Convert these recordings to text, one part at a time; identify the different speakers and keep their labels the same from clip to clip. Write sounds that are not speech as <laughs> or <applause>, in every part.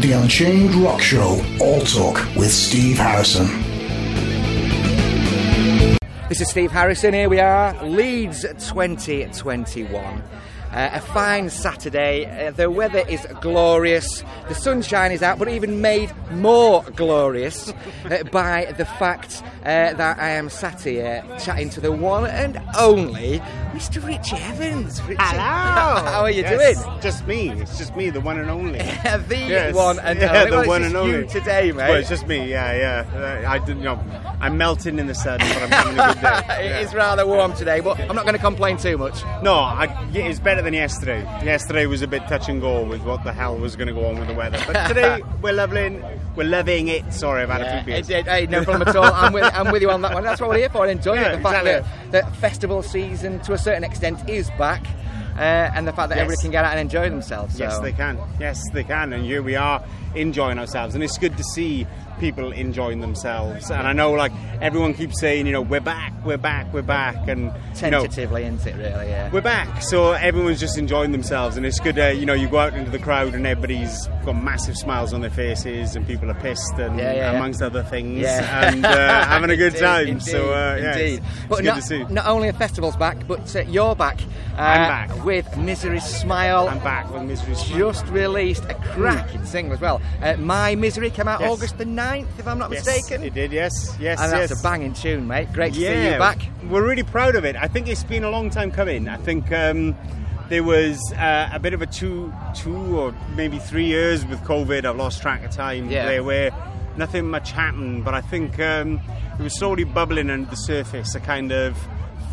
Speaker 1: Unchained Rock Show All Talk with Steve Harrison.
Speaker 2: This is Steve Harrison. Here we are, Leeds 2021. Uh, a fine Saturday. Uh, the weather is glorious. The sunshine is out, but even made more glorious uh, by the fact uh, that I am sat here chatting to the one and only Mr. Richie Evans. Richie,
Speaker 3: Hello.
Speaker 2: <laughs> How are you
Speaker 3: Yes,
Speaker 2: doing? Uh,
Speaker 3: Just me. It's just me, the one
Speaker 2: <laughs>
Speaker 3: and only. Yeah,
Speaker 2: the one and
Speaker 3: yeah,
Speaker 2: only.
Speaker 3: the
Speaker 2: Well, it's
Speaker 3: one
Speaker 2: just
Speaker 3: and only.
Speaker 2: you today, mate.
Speaker 3: Well, it's just me. Yeah, yeah. Uh, I didn't. You know, I'm melting in the sun, but I'm having a good
Speaker 2: <laughs>
Speaker 3: day. Yeah.
Speaker 2: Uh, it is rather warm today, but I'm not going to complain too much.
Speaker 3: No, I, yeah, it's better than yesterday. Yesterday was a bit touch and go with what the hell was going to go on with the weather. But
Speaker 2: <laughs>
Speaker 3: today we're loving, we're loving it. Sorry, I've had a
Speaker 2: Yeah,
Speaker 3: few beers.
Speaker 2: it did. Hey, no problem at all. I'm with, I'm with you on that one. That's what we're here for. Enjoying
Speaker 3: Yeah,
Speaker 2: it. The fact
Speaker 3: exactly.
Speaker 2: that, that festival season, to a certain extent, is back, uh, and the fact that
Speaker 3: Yes.
Speaker 2: everybody can get out and enjoy themselves. So.
Speaker 3: Yes, they can. Yes, they can. And here we are enjoying ourselves, and it's good to see people enjoying themselves. And I know, like everyone keeps saying, you know, we're back, we're back, we're back, and you know,
Speaker 2: Tentatively, isn't it? Really, yeah.
Speaker 3: we're back. So everyone's just enjoying themselves, and it's good. Uh, you know, you go out into the crowd, and everybody's got massive smiles on their faces, and people are pissed, and
Speaker 2: Yeah, yeah, yeah.
Speaker 3: amongst other things,
Speaker 2: Yeah. <laughs>
Speaker 3: and uh, having a good
Speaker 2: Indeed,
Speaker 3: time.
Speaker 2: indeed,
Speaker 3: so uh, yeah, it's-
Speaker 2: indeed.
Speaker 3: it's,
Speaker 2: but
Speaker 3: good
Speaker 2: not,
Speaker 3: to see.
Speaker 2: not only are festivals back, but uh, you're back. Uh,
Speaker 3: I'm back.
Speaker 2: with Misery's Smile.
Speaker 3: I'm back with misery.
Speaker 2: Just released a cracking single as well. Uh, My Misery came out
Speaker 3: Yes.
Speaker 2: August the 9th, if I'm not
Speaker 3: Yes,
Speaker 2: mistaken.
Speaker 3: it did. Yes, yes,
Speaker 2: and
Speaker 3: yes.
Speaker 2: that's a banging tune, mate. Great to see you back.
Speaker 3: We're really proud of it. I think it's been a long time coming. I think um, there was uh, a bit of a two, two or maybe three years with COVID. I've lost track of time.
Speaker 2: Yeah.
Speaker 3: Where, where nothing much happened, but I think um, it was slowly bubbling under the surface. A kind of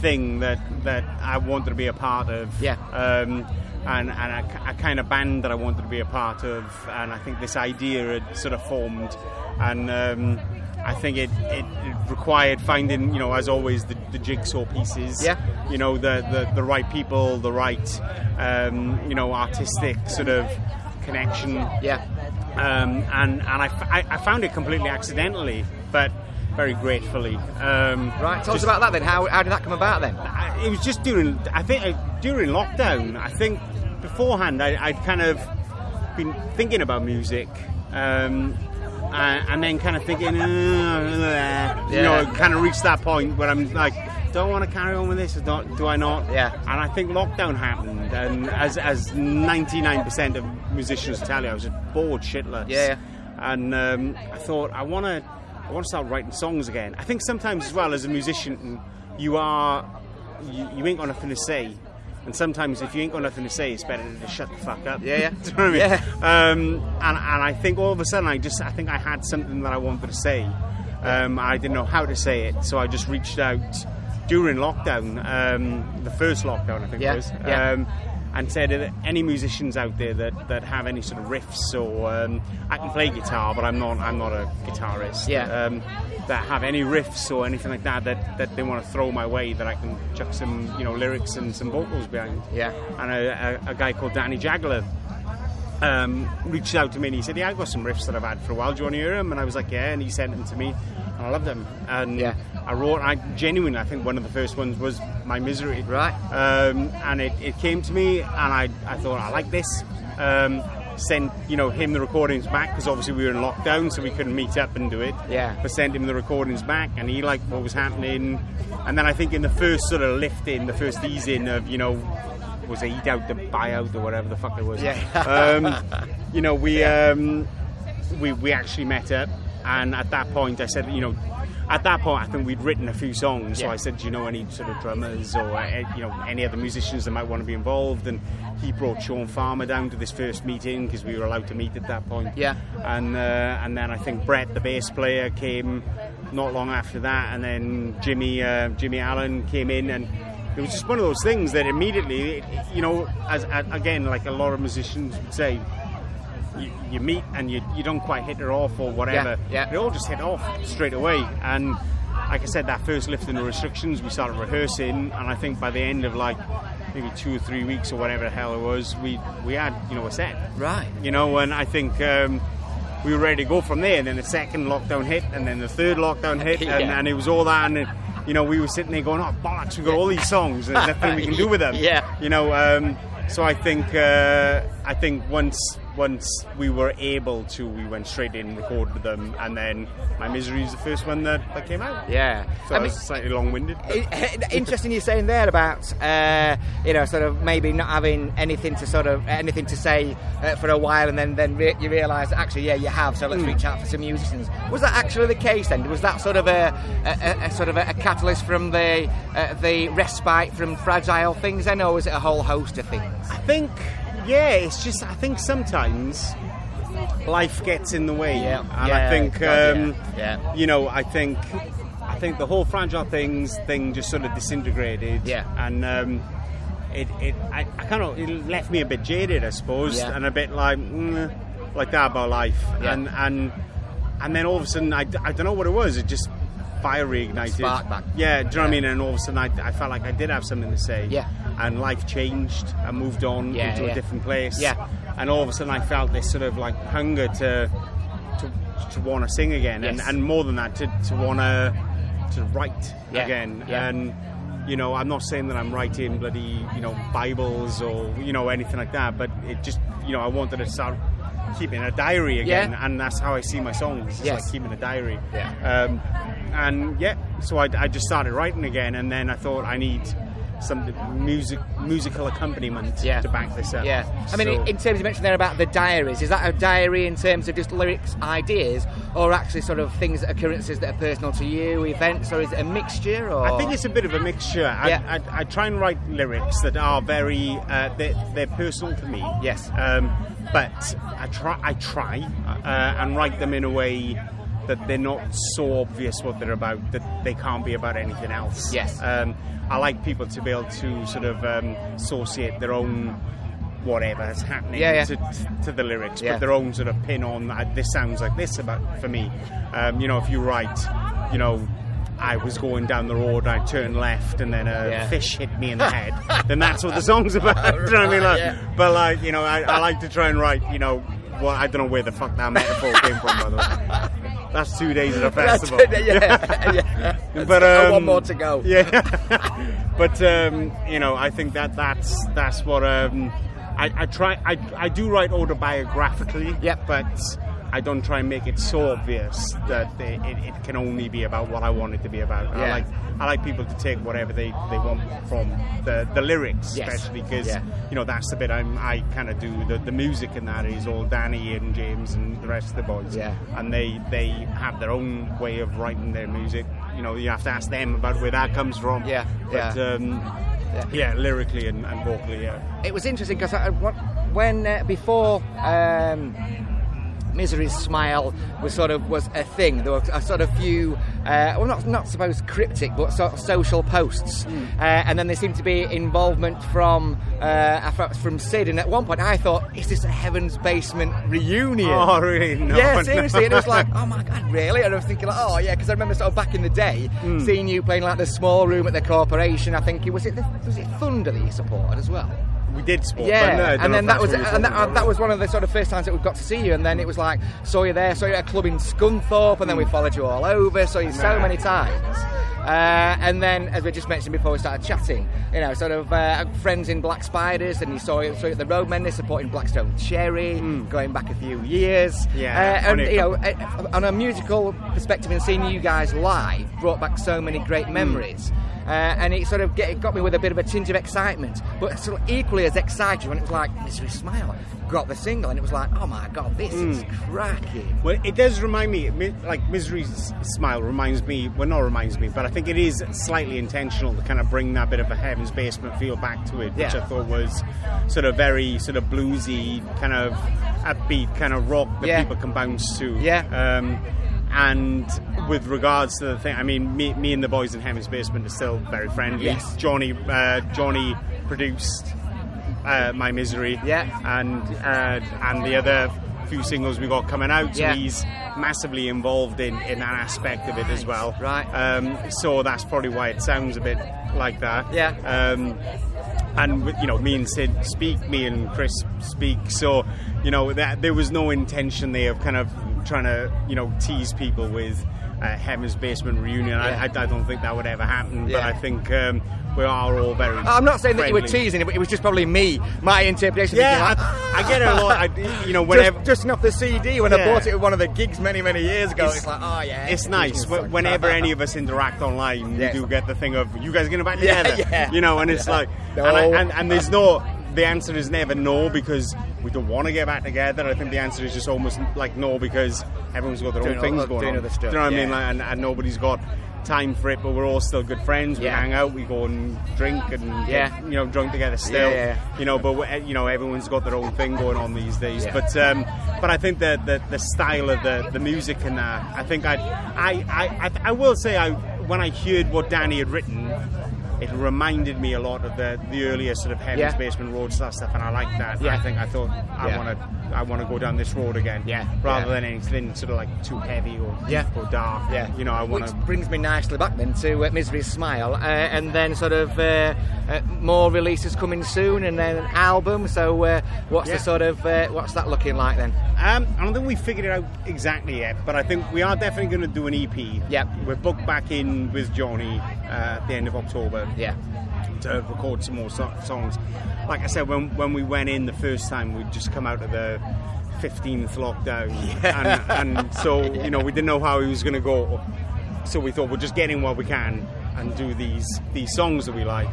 Speaker 3: thing that that I wanted to be a part of.
Speaker 2: Yeah.
Speaker 3: Um, and, and a, a kind of band that I wanted to be a part of, and I think this idea had sort of formed, and um, I think it, it, it required finding, you know, as always, the, the jigsaw pieces.
Speaker 2: Yeah.
Speaker 3: You know, the, the, the right people, the right, um, you know, artistic sort of connection.
Speaker 2: Yeah.
Speaker 3: Um, and and I, f- I- I found it completely accidentally, but very gratefully. Um,
Speaker 2: Right, tell us
Speaker 3: just-
Speaker 2: about that then. How, how did that come about then?
Speaker 3: I- it was just during I think uh, during lockdown. I think beforehand I, I'd kind of been thinking about music, um, and, and then kind of thinking, uh, you know,
Speaker 2: Yeah.
Speaker 3: kind of reached that point where I'm like, do I want to carry on with this? Or not, do I not?
Speaker 2: Yeah.
Speaker 3: And I think lockdown happened, and as as 99% of musicians tell you, I was just bored shitless
Speaker 2: Yeah, yeah.
Speaker 3: and um, I thought I want to I want to start writing songs again. I think sometimes as well as a musician, you are you, you ain't got nothing to say, and sometimes if you ain't got nothing to say, it's better to just shut the fuck up.
Speaker 2: Yeah, yeah.
Speaker 3: <laughs> Do you know what I mean?
Speaker 2: Yeah.
Speaker 3: Um, and and I think all of a sudden I just I think I had something that I wanted to say. Um, I didn't know how to say it, so I just reached out during lockdown, um, the first lockdown I think
Speaker 2: Yeah,
Speaker 3: it was.
Speaker 2: yeah.
Speaker 3: Um, and said that any musicians out there that, that have any sort of riffs or um, I can play guitar, but I'm not I'm not a guitarist.
Speaker 2: Yeah.
Speaker 3: Um, that have any riffs or anything like that that, that they want to throw my way that I can chuck some you know lyrics and some vocals behind.
Speaker 2: Yeah.
Speaker 3: And a, a, a guy called Danny Jagler um, reached out to me and he said, "Yeah, I've got some riffs that I've had for a while. Do you want to hear them?" And I was like, "Yeah," and he sent them to me, and I loved them. And
Speaker 2: Yeah.
Speaker 3: I wrote. I genuinely, I think one of the first ones was "My Misery."
Speaker 2: Right.
Speaker 3: Um, and it, it came to me, and I, I thought I like this. Um, sent you know him the recordings back because obviously we were in lockdown, so we couldn't meet up and do it.
Speaker 2: Yeah.
Speaker 3: But sent him the recordings back, and he liked what was happening. And then I think in the first sort of lifting, the first easing of you know. Was it eat out the buyout or whatever the fuck it was?
Speaker 2: Yeah.
Speaker 3: um, you
Speaker 2: <laughs>
Speaker 3: know, we um, we we actually met up, and at that point, I said, you know, at that point, I think we'd written a few songs. So
Speaker 2: Yeah.
Speaker 3: I said, do you know any sort of drummers or uh, you know any other musicians that might want to be involved? And he brought Sean Farmer down to this first meeting because we were allowed to meet at that point.
Speaker 2: Yeah.
Speaker 3: and uh, and then I think Brett, the bass player, came not long after that, and then Jimmy uh, Jimmy Allen came in and. It was just one of those things that immediately, you know, as, as again, like a lot of musicians would say, you, you meet and you, you don't quite hit it off or whatever.
Speaker 2: Yeah, yeah.
Speaker 3: They all just hit off straight away. And like I said, that first lifting the restrictions, we started rehearsing, and I think by the end of like maybe two or three weeks or whatever the hell it was, we we had you know a set.
Speaker 2: Right.
Speaker 3: You know, and I think. Um, we were ready to go from there, and then the second lockdown hit, and then the third lockdown hit, and,
Speaker 2: Yeah.
Speaker 3: and it was all that. And you know, we were sitting there going, "Oh bollocks, we've got all these
Speaker 2: <laughs>
Speaker 3: songs, and there's nothing we can do with them."
Speaker 2: Yeah.
Speaker 3: you know um, so I think uh, I think once once we were able to, we went straight in, recorded them, and then My Misery is the first one that, that came out.
Speaker 2: Yeah.
Speaker 3: So
Speaker 2: I
Speaker 3: I
Speaker 2: mean-
Speaker 3: slightly long winded.
Speaker 2: I- Interesting you saying there about uh, you know sort of maybe not having anything to sort of anything to say uh, for a while and then then re- you realise that actually yeah you have so let's
Speaker 3: Hmm.
Speaker 2: reach out for some musicians was that actually the case then was that sort of a, a, a- a sort of a, a catalyst from the uh, the respite from fragile things then or was it a whole host of things
Speaker 3: I think, yeah, it's just I think sometimes life gets in the way,
Speaker 2: Yeah,
Speaker 3: and
Speaker 2: yeah,
Speaker 3: I think
Speaker 2: God,
Speaker 3: um,
Speaker 2: yeah, yeah.
Speaker 3: you know, I think I think the whole fragile things thing just sort of disintegrated,
Speaker 2: Yeah.
Speaker 3: and um, it it I, I kind of it left me a bit jaded, I suppose,
Speaker 2: Yeah.
Speaker 3: and a bit like mm, like that about life,
Speaker 2: Yeah.
Speaker 3: and and and then all of a sudden I, don't know what it was, it just fire reignited,
Speaker 2: Spark back.
Speaker 3: yeah, do you know what I
Speaker 2: Yeah.
Speaker 3: mean? And all of a sudden I, I felt like I did have something to say,
Speaker 2: Yeah.
Speaker 3: and life changed, I moved on
Speaker 2: Yeah,
Speaker 3: into
Speaker 2: yeah.
Speaker 3: a different place.
Speaker 2: Yeah.
Speaker 3: And all of a sudden, I felt this sort of like hunger to to, to want to sing again,
Speaker 2: Yes.
Speaker 3: and, and more than that, to to want to to write
Speaker 2: Yeah,
Speaker 3: again.
Speaker 2: yeah.
Speaker 3: And you know, I'm not saying that I'm writing bloody you know Bibles or you know anything like that, but it just you know I wanted to start keeping a diary again,
Speaker 2: Yeah.
Speaker 3: and that's how I see my songs. It's
Speaker 2: Yes.
Speaker 3: like keeping a diary.
Speaker 2: Yeah.
Speaker 3: Um, and yeah, so I, I just started writing again, and then I thought I need some music musical accompaniment
Speaker 2: Yeah.
Speaker 3: to back this up.
Speaker 2: Yeah, I mean,
Speaker 3: So-
Speaker 2: in in terms you mentioned there about the diaries, is that a diary in terms of just lyrics, ideas, or actually sort of things, occurrences that are personal to you, events, or is it a mixture? Or
Speaker 3: I think it's a bit of a mixture. I,
Speaker 2: Yeah.
Speaker 3: I, I try and write lyrics that are very uh, they're, they're personal to me.
Speaker 2: Yes.
Speaker 3: Um, but I try I try uh, and write them in a way that they're not so obvious what they're about that they can't be about anything else.
Speaker 2: Yes.
Speaker 3: Um, I like people to be able to sort of um, associate their own whatever is happening
Speaker 2: Yeah, yeah.
Speaker 3: To, to the lyrics,
Speaker 2: Yeah.
Speaker 3: but their own sort of pin on. uh, This sounds like this about for me. Um, you know, if you write, you know, I was going down the road, I turned left, and then a
Speaker 2: Yeah.
Speaker 3: fish hit me in
Speaker 2: <laughs>
Speaker 3: the head. then that's what the song's about. Do you know what I mean? Like,
Speaker 2: Right, uh, yeah.
Speaker 3: But like, you know, I, I like to try and write. You know, well, I don't know where the fuck that metaphor came from. By the way, that's two days at
Speaker 2: <laughs>
Speaker 3: a <laughs> festival. <laughs>
Speaker 2: yeah, yeah.
Speaker 3: But um,
Speaker 2: uh, one more to go.
Speaker 3: Yeah, <laughs> but um, you know, I think that that's that's what um, I, I try. I, I do write autobiographically.
Speaker 2: Yep.
Speaker 3: but I don't try and make it so obvious that it, it, it can only be about what I want it to be about. And
Speaker 2: Yeah.
Speaker 3: I like I like people to take whatever they, they want from the, the lyrics,
Speaker 2: Yes.
Speaker 3: especially because
Speaker 2: Yeah.
Speaker 3: you know that's the bit I'm, I kind of do. The, the music and that is all Danny and James and the rest of the boys
Speaker 2: Yeah.
Speaker 3: and they they have their own way of writing their music. You know, you have to ask them about where that comes from.
Speaker 2: Yeah,
Speaker 3: but,
Speaker 2: yeah.
Speaker 3: Um, yeah. lyrically and, and vocally, yeah.
Speaker 2: it was interesting because when uh, before um, Misery's Smile was sort of was a thing. There were a sort of few, uh, well, not not supposed cryptic, but sort of social posts,
Speaker 3: Hmm.
Speaker 2: uh, and then there seemed to be involvement from uh, I thought from Sid. And at one point, I thought, "Is this a Heaven's Basement reunion?"
Speaker 3: <laughs> Oh, really? No,
Speaker 2: yeah,
Speaker 3: no.
Speaker 2: seriously. And it was
Speaker 3: <laughs>
Speaker 2: like, "Oh my god, really?" And I was thinking, like, "Oh yeah," because I remember sort of back in the day
Speaker 3: Hmm.
Speaker 2: seeing you playing like the small room at the corporation. I think it was it the, was it Thunder that you supported as well.
Speaker 3: We did sport, but no, I
Speaker 2: Yeah,
Speaker 3: don't
Speaker 2: and
Speaker 3: know
Speaker 2: then
Speaker 3: if
Speaker 2: that
Speaker 3: that's
Speaker 2: was
Speaker 3: what you're
Speaker 2: and that, uh,
Speaker 3: talking about.
Speaker 2: that was one of the sort of first times that we got to see you. And then it was like saw you there, saw you at a club in Scunthorpe, and then we
Speaker 3: Mm.
Speaker 2: followed you all over, saw you so
Speaker 3: Nah.
Speaker 2: many times. Uh, and then, as we just mentioned before, we started chatting. You know, sort of uh, friends in Black Spiders, and you saw, you saw you at the Roadmen. They're supporting Blackstone Cherry,
Speaker 3: Mm.
Speaker 2: going back a few years.
Speaker 3: Yeah,
Speaker 2: uh, and
Speaker 3: only a
Speaker 2: you know, uh, on a musical perspective, and seeing you guys live brought back so many
Speaker 3: Hmm.
Speaker 2: great memories. Uh, and it sort of get, it got me with a bit of a tinge of excitement, but sort of equally as excited when it was like Misery Smile got the single, and it was like, oh my god, this is
Speaker 3: Hmm.
Speaker 2: cracking.
Speaker 3: Well, it does remind me, mi- like Misery's Smile reminds me, well, not reminds me, but I think it is slightly intentional to kind of bring that bit of a Heaven's Basement feel back to it, which
Speaker 2: Yeah.
Speaker 3: I thought was sort of very sort of bluesy, kind of upbeat, kind of rock that
Speaker 2: Yeah.
Speaker 3: people can bounce to.
Speaker 2: Yeah.
Speaker 3: Um, and with regards to the thing, I mean, me, me and the boys in Heaven's Basement are still very friendly.
Speaker 2: Yes.
Speaker 3: Johnny, uh, Johnny produced uh, My Misery.
Speaker 2: Yeah.
Speaker 3: And uh, and the other few singles we got coming out, so
Speaker 2: Yeah.
Speaker 3: he's massively involved in, in that aspect of it as well.
Speaker 2: right.
Speaker 3: Um, so that's probably why it sounds a bit like that.
Speaker 2: Yeah.
Speaker 3: Um, and with- you know, me and Sid speak, me and Chris speak. So you know, that, there was no intention there of kind of trying to you know tease people with. uh, Heaven's Basement reunion.
Speaker 2: Yeah.
Speaker 3: I, I, I don't think that would ever happen, but
Speaker 2: Yeah.
Speaker 3: I think um, we are all very.
Speaker 2: I'm not saying that you were
Speaker 3: friendly.
Speaker 2: teasing it, but it was just probably me, my interpretation.
Speaker 3: Yeah,
Speaker 2: thinking, "Ah!"
Speaker 3: I, I get it a lot. I, you know,
Speaker 2: Just-
Speaker 3: whenever
Speaker 2: just, off the CD when I
Speaker 3: Yeah.
Speaker 2: bought it at one of the gigs many many years ago. It's,
Speaker 3: It's-
Speaker 2: like, oh yeah,
Speaker 3: it's nice
Speaker 2: <laughs>
Speaker 3: Wh- whenever any of us interact online
Speaker 2: Yes.
Speaker 3: you do get the thing of you guys getting
Speaker 2: <laughs>
Speaker 3: back
Speaker 2: Yeah,
Speaker 3: together
Speaker 2: yeah.
Speaker 3: you know and it's like and,
Speaker 2: No.
Speaker 3: I, and, and there's no the answer is never no because we don't want to get back together I think the answer is just almost like no because everyone's got their
Speaker 2: Doing
Speaker 3: own
Speaker 2: all-
Speaker 3: things
Speaker 2: doing
Speaker 3: going on
Speaker 2: other stuff,
Speaker 3: do you know what I mean
Speaker 2: yeah.
Speaker 3: like, and, and nobody's got time for it but we're all still good friends we
Speaker 2: Yeah.
Speaker 3: hang out we go and drink and
Speaker 2: Yeah.
Speaker 3: get, you know drunk together still
Speaker 2: Yeah, yeah.
Speaker 3: you know, but we- eh, you know, everyone's got their own thing going on these days.
Speaker 2: Yeah.
Speaker 3: But um, but I think that the, the style of the, the music and that, I think I I, I I I will say I when I heard what Danny had written, it reminded me a lot of the, the earlier sort of Heaven's
Speaker 2: Yeah.
Speaker 3: Basement Roadstar stuff, and I like that.
Speaker 2: Yeah.
Speaker 3: I think I thought I
Speaker 2: Yeah.
Speaker 3: want to I want to go down this road again,
Speaker 2: Yeah.
Speaker 3: rather
Speaker 2: Yeah.
Speaker 3: than anything sort of like too heavy or
Speaker 2: Yeah.
Speaker 3: deep or dark.
Speaker 2: Yeah,
Speaker 3: you know, I want
Speaker 2: Which
Speaker 3: to.
Speaker 2: brings me nicely back then to uh, Misery's Smile, uh, and then sort of uh, uh, more releases coming soon, and then an album. So, uh, what's
Speaker 3: Yeah.
Speaker 2: the sort of uh, what's that looking like then?
Speaker 3: Um, I don't think we figured it out exactly yet, but I think we are definitely going to do an EP.
Speaker 2: Yep.
Speaker 3: We're booked back in with Johnny uh, at the end of October
Speaker 2: Yeah,
Speaker 3: to record some more so- songs. Like I said, when, when we went in the first time, we'd just come out of the
Speaker 2: <laughs>
Speaker 3: 15th lockdown. And, and so, you know, we didn't know how he was going to go. So we thought we'll just get in while we can and do these, these songs that we like.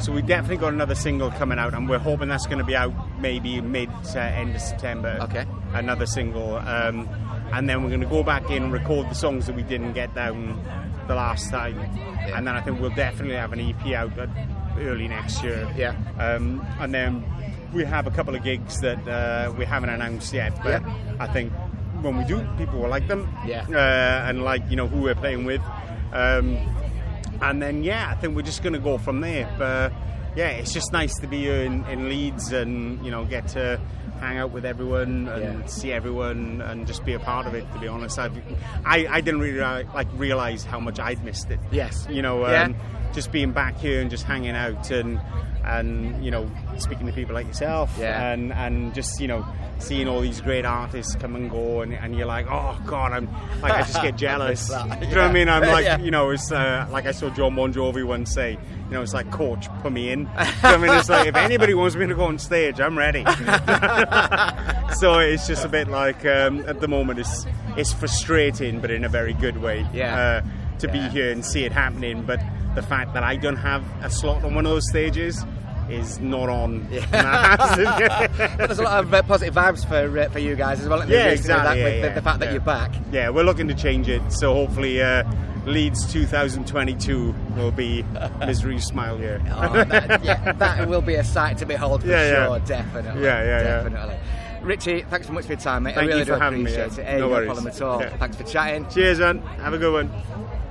Speaker 3: So we definitely got another single coming out, and we're hoping that's going to be out maybe mid to end of September.
Speaker 2: Okay.
Speaker 3: Another single. Um, and then we're going to go back in and record the songs that we didn't get down the last time.
Speaker 2: Yeah.
Speaker 3: And then I think we'll definitely have an EP out uh, early next year.
Speaker 2: Yeah.
Speaker 3: Um, and then we have a couple of gigs that uh, we haven't announced yet, but
Speaker 2: Yeah.
Speaker 3: I think when we do, people will like them.
Speaker 2: Yeah.
Speaker 3: Uh, and like you know who we're playing with. Um, and then yeah, I think we're just going to go from there. But uh, yeah, it's just nice to be here in, in Leeds and you know get to hang out with everyone and
Speaker 2: Yeah.
Speaker 3: see everyone and just be a part of it. To be honest, I've, I I didn't really uh, like realize how much I'd missed it.
Speaker 2: <laughs> Yes.
Speaker 3: you know, um,
Speaker 2: Yeah.
Speaker 3: just being back here and just hanging out and and you know speaking to people like yourself
Speaker 2: Yeah.
Speaker 3: and and just you know seeing all these great artists come and go and, and you're like oh god I'm like I just
Speaker 2: <laughs>
Speaker 3: get jealous
Speaker 2: I miss that.
Speaker 3: do you know what I mean I'm
Speaker 2: Yeah.
Speaker 3: like
Speaker 2: Yeah.
Speaker 3: you know it's uh, like I saw John Bon Jovi once say you know it's like coach put me in Do you know what I mean
Speaker 2: <laughs>
Speaker 3: it's like if anybody wants me to go on stage I'm ready so it's just a bit like um, at the moment it's it's frustrating but in a very good way
Speaker 2: Yeah.
Speaker 3: uh, to
Speaker 2: Yeah.
Speaker 3: be here and see it happening but the fact that I don't have a slot on one of those stages is
Speaker 2: <laughs>
Speaker 3: not on
Speaker 2: but there's a lot of uh, positive vibes for uh, for you guys as well. isn't there,
Speaker 3: yeah,
Speaker 2: recently, That,
Speaker 3: exactly. yeah,
Speaker 2: with the,
Speaker 3: yeah,
Speaker 2: the fact that
Speaker 3: yeah.
Speaker 2: you're
Speaker 3: <laughs>
Speaker 2: back.
Speaker 3: <laughs> Yeah, we're looking to change it. So hopefully, uh, Leeds 2022
Speaker 2: <laughs>
Speaker 3: will be Misery Smile Year.
Speaker 2: Oh, that, yeah, that will be a sight to behold for
Speaker 3: Yeah, yeah.
Speaker 2: sure, definitely.
Speaker 3: Yeah, yeah, yeah.
Speaker 2: definitely. Richie, thanks so much for your time, mate. I
Speaker 3: Thank you
Speaker 2: really
Speaker 3: for
Speaker 2: do
Speaker 3: having me,
Speaker 2: appreciate
Speaker 3: yeah.
Speaker 2: it. Hey,
Speaker 3: No
Speaker 2: no
Speaker 3: worries.
Speaker 2: problem at all.
Speaker 3: Yeah.
Speaker 2: Thanks for chatting.
Speaker 3: Cheers, man. Have a good one.